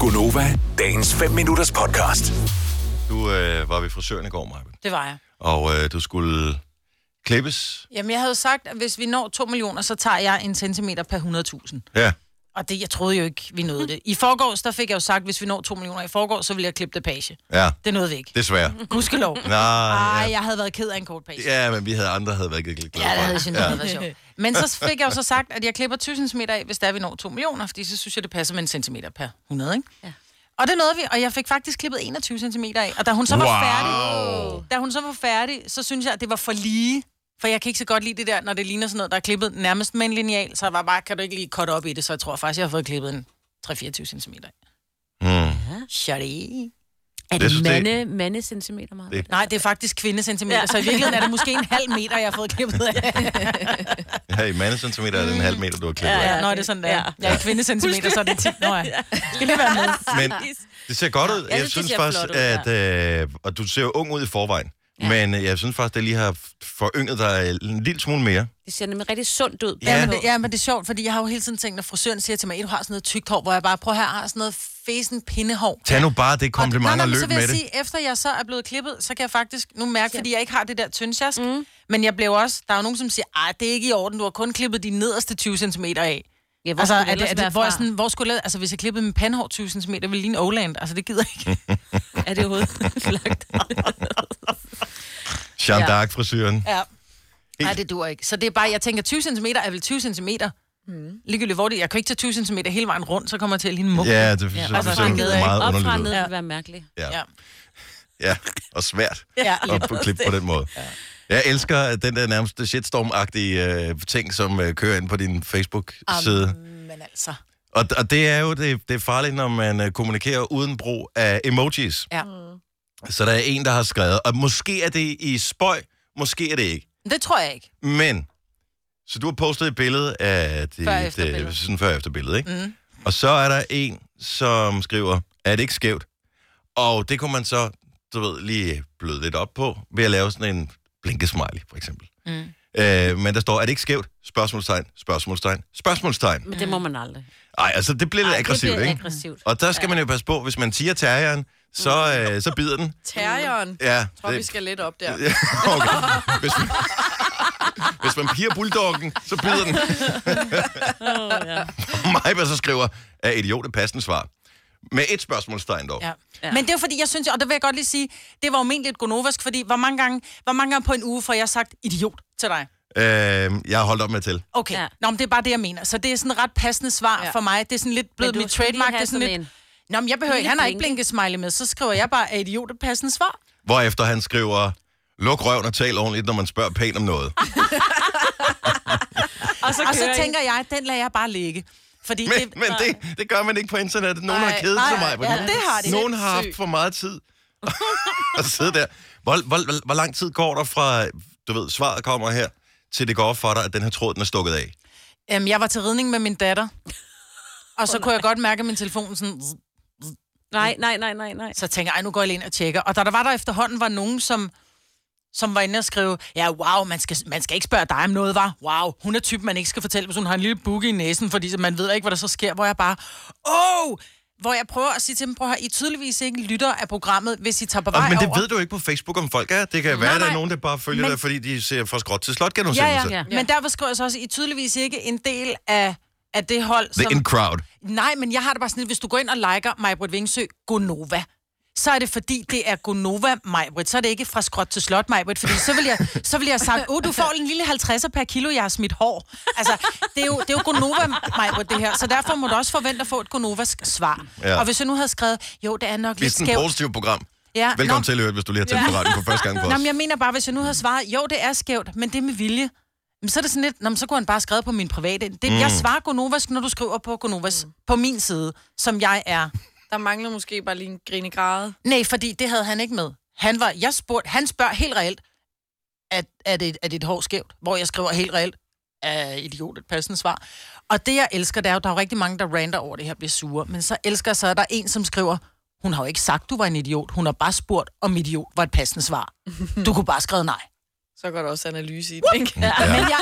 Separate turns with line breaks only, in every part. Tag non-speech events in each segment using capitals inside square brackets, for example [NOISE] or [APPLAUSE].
Gunova, dagens 5 minutters podcast.
Du øh, var ved frisøren i går, Maja,
Det var jeg.
og øh, du skulle klippes.
Jamen, jeg havde jo sagt, at hvis vi når 2 millioner, så tager jeg en centimeter per 100.000.
Ja.
Og det, jeg troede jo ikke,
[LAUGHS]
vi nåede det. I forgårs, der fik jeg jo sagt, at hvis vi når 2 millioner i forgårs, så vil jeg klippe det page.
Ja,
Det nåede vi ikke.
desværre.
Gudskelov.
[LAUGHS] Nej,
Ej,
ja.
jeg havde været ked af en kort page.
ja, men vi havde andre, havde været ikke glade
Ja, det
for
havde jeg synes, det havde været sjovt. Men så fik jeg jo så sagt, at jeg klipper 1000 cm af, hvis der vi når 2 millioner, fordi så synes jeg, det passer med en centimeter per 100, ikke? Ja. Og det nåede vi, og jeg fik faktisk klippet 21 cm af. Og da hun så var
Wow.
færdig, da hun så var færdig, så synes jeg, at det var for lige. For jeg kan ikke så godt lide det der, når det ligner sådan noget, der er klippet nærmest med en lineal, så jeg var bare, kan du ikke lige cut op i det, så jeg tror faktisk, jeg har fået klippet en 3-24 cm.
Mm.
Shari.
Er
Jeg
det
synes, det-
mande, mande centimeter meget?
Det-
Det. [LAUGHS]
Nej, det er faktisk kvindecentimeter, ja. så i virkeligheden er det måske en halv meter, jeg har fået klippet af.
Ja, i mandecentimeter er det en halv meter, du har klippet.
Ja,
Ja,
[LAUGHS] ja, nå, er det er sådan, der. Ja.
Ja.
Jeg er kvindecentimeter, så er det tit. Nå, ja. Skal lige være med.
[LAUGHS] Men det ser godt ud.
Ja,
Jeg
det
synes
ser
faktisk,
flot ud,
at... Øh, og du ser jo ung ud i forvejen. Men øh, jeg synes faktisk, det lige har forynget dig en lille smule mere.
det ser nemlig rigtig sundt ud.
Ja.
Ja. men det, ja, men det er sjovt, fordi jeg har jo hele tiden tænkt, når frisøren siger til mig, at du har sådan noget tykt hår, hvor jeg bare, prøv her, har sådan noget fesen pindehår.
Tag nu bare det kompliment og
men
løb
så vil
med
jeg
det.
sige, efter jeg så er blevet klippet, så kan jeg faktisk nu mærke, fordi jeg ikke har det der tyndsjask, mm. men jeg blev også, der er jo nogen, som siger, at det er ikke i orden, du har kun klippet de nederste 20 cm af.
Ja, hvor
Altså,
skulle
er
det
det, er
ellers være
det, hvor, jeg
fra?
sådan, hvor skulle jeg, altså, hvis jeg klippede min pandehår 20 cm, ville det ligne Oland. Altså, det gider
[LAUGHS]
jeg ikke.
Er det overhovedet
[LAUGHS]
flagt?
Jeanne
Ja.
d'Arc-frisyren.
Ja. Nej,
Helt-
det dur ikke. Så det er bare, jeg tænker, 20 cm er vel 20 cm. Mm. Ligegyldigt hvor det jeg kan ikke tage 20 cm hele vejen rundt, så kommer jeg til at ligne mug.
Ja, det, ja,
altså,
det
fra
ser
nedad,
meget
Op fra
underligt
ned
ud.
vil være mærkeligt.
Ja.
ja.
ja, og svært.
ja.
at få klip på den måde. Jeg elsker at den der nærmest shitstorm-agtige øh, ting, som øh, kører ind på din Facebook-side. Um.
Men altså,
Og, og det er jo det, det er farligt, når man øh, kommunikerer uden brug af emojis.
ja.
Så der er en, der har skrevet, og måske er det i spøj, måske er det ikke.
Men Det tror jeg ikke.
Men, så du har postet et billede af dit,
Før- efterbillede.
øh, sådan før efter billede, ikke? Mm. Og så er der en, som skriver, er det ikke skævt? Og det kunne man så, du ved, lige bløde lidt op på, ved at lave sådan en blinkesmiley, for eksempel. Mm. Øh, men der står, er det ikke skævt? Spørgsmålstegn, spørgsmålstegn, spørgsmålstegn.
Men det må man aldrig.
Ej, altså det bliver lidt
Ej, det
aggressivt,
bliver
ikke?
aggressivt.
Og der skal ja. man jo passe på, hvis man tiger terrieren, så, øh, så bider den.
Terrieren. Jeg
Ja,
tror, vi skal lidt op der.
Ja, [LAUGHS] okay. Hvis man, hvis man piger bulldoggen, så bider den. [LAUGHS]
Oh, ja.
Majba så skriver, er idiot et passende svar. Med et spørgsmålstegn dog.
Ja. Ja. Men det er jo fordi, jeg synes, og det vil jeg godt lige sige, det var jo ment lidt gonovask, fordi hvor mange, gange, hvor mange gange på en uge får jeg sagt idiot til dig?
Øh, jeg har holdt op med til.
Okay, ja.
Ja.
Nå, men det er bare det, jeg mener. Så det er sådan et ret passende svar ja.
Ja.
for mig. Det er sådan lidt blevet
du
mit
skal lige
trademark. Det
have
er sådan
sådan
lidt... Nå, men jeg behøver ikke,
lille
han har ikke
blinke.
blinket smiley med, så skriver jeg bare, er idiot et passende svar?
Hvorefter han skriver, luk røven og tal ordentligt, når man spørger pænt om noget.
Og så,
Og så tænker jeg, den lader jeg bare ligge. Fordi
Men, men det, det gør man ikke på internettet. Nogen
Nej,
har kedet
nej,
sig mig.
ja, det har de.
Nogen har haft for meget tid [LAUGHS] at sidde der. Hvor, hvor, hvor lang tid går der fra, du ved, svaret kommer her, til det går op for dig, at den her tråd, den er stukket af?
Øhm, jeg var til ridning med min datter. Og så oh, kunne jeg godt mærke, at min telefon sådan...
Nej, nej, nej, nej, nej.
Så tænker jeg, "Ej, nu går jeg lige ind og tjekker. Og da der var der efterhånden var nogen, som, som var inde og skrive, ja, wow, man skal, man skal ikke spørge dig om noget, var. Wow, hun er typen, man ikke skal fortælle, hvis hun har en lille bukke i næsen, fordi så man ved ikke, hvad der så sker, hvor jeg bare, åh, oh! hvor jeg prøver at sige til dem, prøv at høre, I tydeligvis ikke lytter af programmet, hvis I tager på
Og,
vej
men det
over.
ved du jo ikke på Facebook, om folk er. Det kan være, at der er
nej.
nogen, der bare følger
Men-
dig, fordi de ser fra skråt til slot
ja, ja,
genudsendelse.
ja.
Ja.
Men derfor skriver jeg så også, I er tydeligvis ikke en del af, af det hold,
The
som...
in crowd.
Nej, men jeg har det bare sådan lidt, hvis du går ind og liker Majbrit Vingsø, Gonova, så er det fordi, det er Gonova Majbrit. Så er det ikke fra skråt til slot Majbrit, fordi så vil jeg, så vil jeg have sagt, åh, du får en lille 50'er per kilo, jeg har smidt hår. Altså, det er jo, det er jo Gonova Majbrit, det her. Så derfor må du også forvente at få et Gonovask svar.
Ja.
Ja. Og hvis jeg nu havde skrevet, jo, det er nok
Det er
lidt
sådan et
skævt.
positivt program.
Ja,
Velkommen
nå.
til, Løret, hvis du lige har tændt på radioen for første gang på
Nå,
os.
men jeg mener bare, hvis jeg nu havde svaret, jo, det er skævt, men det er med vilje. Men så er det sådan lidt, nå, men så kunne han bare skrive på min private. Det, mm. Jeg svarer Gonovas, når du skriver på Gonovas, mm. på min side, som jeg er.
Der mangler måske bare lige en grinegrade.
Nej, fordi det havde han ikke med. Han var, jeg spurgte, han spørger helt reelt, at, er, det, er det et hår skævt? Hvor jeg skriver helt reelt, er idiot et passende svar. Og det, jeg elsker, det er jo, der er jo rigtig mange, der rander over det her og bliver sure. Men så elsker jeg så, at der er en, som skriver, hun har jo ikke sagt, du var en idiot. Hun har bare spurgt, om idiot var et passende svar. Du kunne bare skrive nej.
Så går der også analyse i det, ikke?
Ja.
Men jeg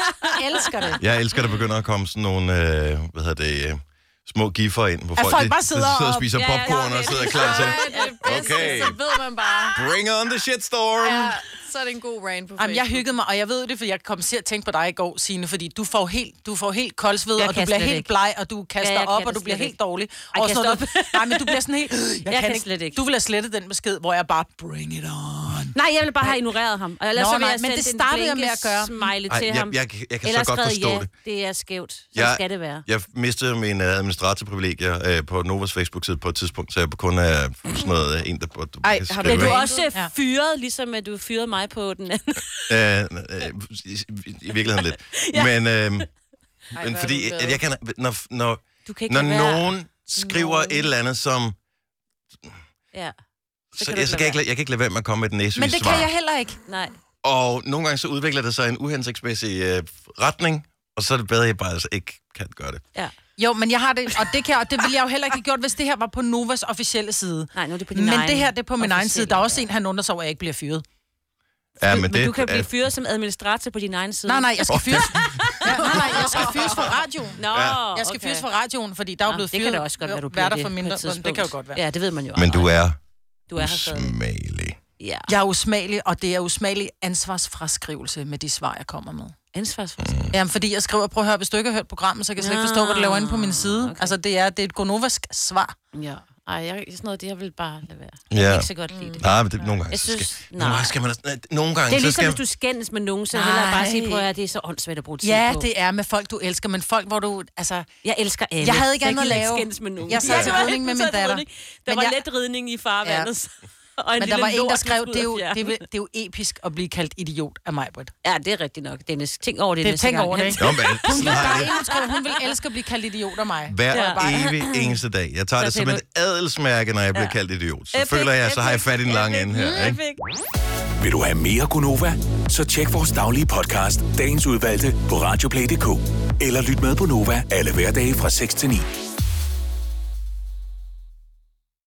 elsker det.
Jeg elsker, at der begynder at komme sådan nogle, øh, hvad hedder det, øh, små giffer ind, hvor
At folk
de-
bare
de
sidder og-
og spiser
Ja, ja,
popcorn
ja,
og
det-
sidder klar til.
Ej, det er det bedste,
Okay.
så ved man bare.
Bring on the shitstorm!
Ja, så er det en god rant på Facebook.
Mm. Jamen, jeg hyggede mig, og jeg ved det, for jeg kom til at tænke på dig i går, Signe, fordi du får helt, du får helt koldsved,
Jeg
og du
kan
bliver
slet
helt
ikke.
bleg, og du kaster
Ja,
ja,
jeg
op,
kan
og du
det
bliver
slet
helt
ikke.
dårlig.
Ej,
og
kan
sådan
jeg
noget.
stoppe?
Nej, men du bliver sådan helt... Jeg,
kan slet ikke.
Du ville have slettet den besked, hvor jeg bare, bring it on.
Nej, jeg ville bare have ignoreret ham. Og ellers
Nå,
så ville
nej,
jeg
men
sende
det
en
startede jeg med at gøre.
smiley
Ej,
til
jeg-
ham.
jeg kan- jeg kan så
Ellers
godt
skrev,
forstå
ja,
det.
det er skævt. Så
Jeg-
skal det være.
Jeg mistede min øh, administratorprivilegier øh, på Novas Facebook-side på et tidspunkt, så jeg kun er sådan noget øh, en, der burde
Ej,
kan skrive,
har du
Du
ikke?
er
Rated.
også
Ja.
øh, fyret, ligesom at du fyrede mig på den anden. [LAUGHS]
Øh, øh, i, i- I virkeligheden lidt. ja. Men, øh,
Ej,
men
hvor er
fordi,
du
at
glad.
jeg kan, når, når,
Du kan ikke
når
lade være.
nogen skriver
Nogen.
et eller andet, som...
Ja,
Så,
kan
jeg,
du ikke
så
lade
kan jeg, ikke, lade- jeg kan ikke lade være med at komme med den næsevise
Men det
svar.
kan jeg heller ikke.
nej.
Og nogle gange så udvikler det sig i en uhensigtsmæssig øh, retning, og så er det bedre, at jeg bare altså ikke kan gøre det.
Ja.
Jo, men jeg har det, og det, kan, og det ville jeg jo heller ikke have gjort, hvis det her var på Novas officielle side.
Nej, nu er det på din
Men
egen
det her, det er på min egen side.
officielle,
Der er også en, han undrer sig over, at jeg ikke bliver fyret.
Ja,
Men, men du kan blive fyret som administrator på din egen side.
Nej, nej, jeg skal fyres. Ja, nej, nej, jeg skal fyres fra radioen.
Nå, ja.
Jeg skal fyres fra radioen, fordi der er jo blevet
Det
fyret.
kan det også godt være, du bliver
værter
det
for
på et
mindre. men
tidspunkt.
Det kan jo godt være.
Ja, det ved man jo.
men du Mm.
aldrig.
er
du er her stadig.
usmagelig.
Ja.
Jeg er usmagelig, og det er usmagelig ansvarsfraskrivelse med de svar, jeg kommer med.
Ansvarsforsikring.
Jamen, fordi jeg skriver, prøv at høre, hvis du ikke har hørt programmet, så kan jeg slet ikke
Nå,
forstå, hvad du laver inde på min side.
Ah, okay.
Okay. Altså, det er, det er et gonovask svar.
Ja. Ej, jeg, sådan noget, det jeg vil bare lade være. Jeg
Ja.
kan ikke så godt lide det.
Nej, men det, nogle gange,
Jeg
så skal,
synes-
nogle gange
nej.
skal man... også- Nogle gange,
Det er
så
ligesom,
skal,
hvis du skændes med nogen, så hellere bare sige,
Nej.
prøv at høre, det er så åndssvagt at bruge tid
Ja,
på.
det er med folk, du elsker, men folk, hvor du, altså...
Jeg elsker alle.
Jeg havde ikke
Så
andet at
gider
lave.
skændes med nogen.
Jeg sad til
det var
ridning med
helt-
min
så til
datter.
ridning. Der
Men
var
jeg-
let ridning i farvandet. [LAUGHS] Og en
Men der
lille
var en,
lort,
der
vi
skrev,
skulle
det er, jo,
ud
det,
af
er,
fjerne.
vel- det er jo episk at blive kaldt idiot af mig, Britt.
Ja, det er rigtigt nok. Dennis, tænk over det,
Det er
næste
tænk
gang.
over det, ikke?
Nå,
[LAUGHS]
men
Hun
sådan
vil
har
bare
jeg det
engelsk, hun vil elske at blive kaldt idiot af mig.
hver
Ja.
evig eneste dag. Jeg tager
Så
det som
tænker
et adelsmærke, når jeg bliver kaldt idiot. Så
Epic,
føler jeg, så har jeg
epic,
fat i den lange
epic,
ende her, ikke?
epic.
Vil du have mere Gunova? Så tjek vores daglige podcast, dagens udvalgte, på radioplay.dk. Eller lyt med på Nova alle hverdage fra 6 til 9.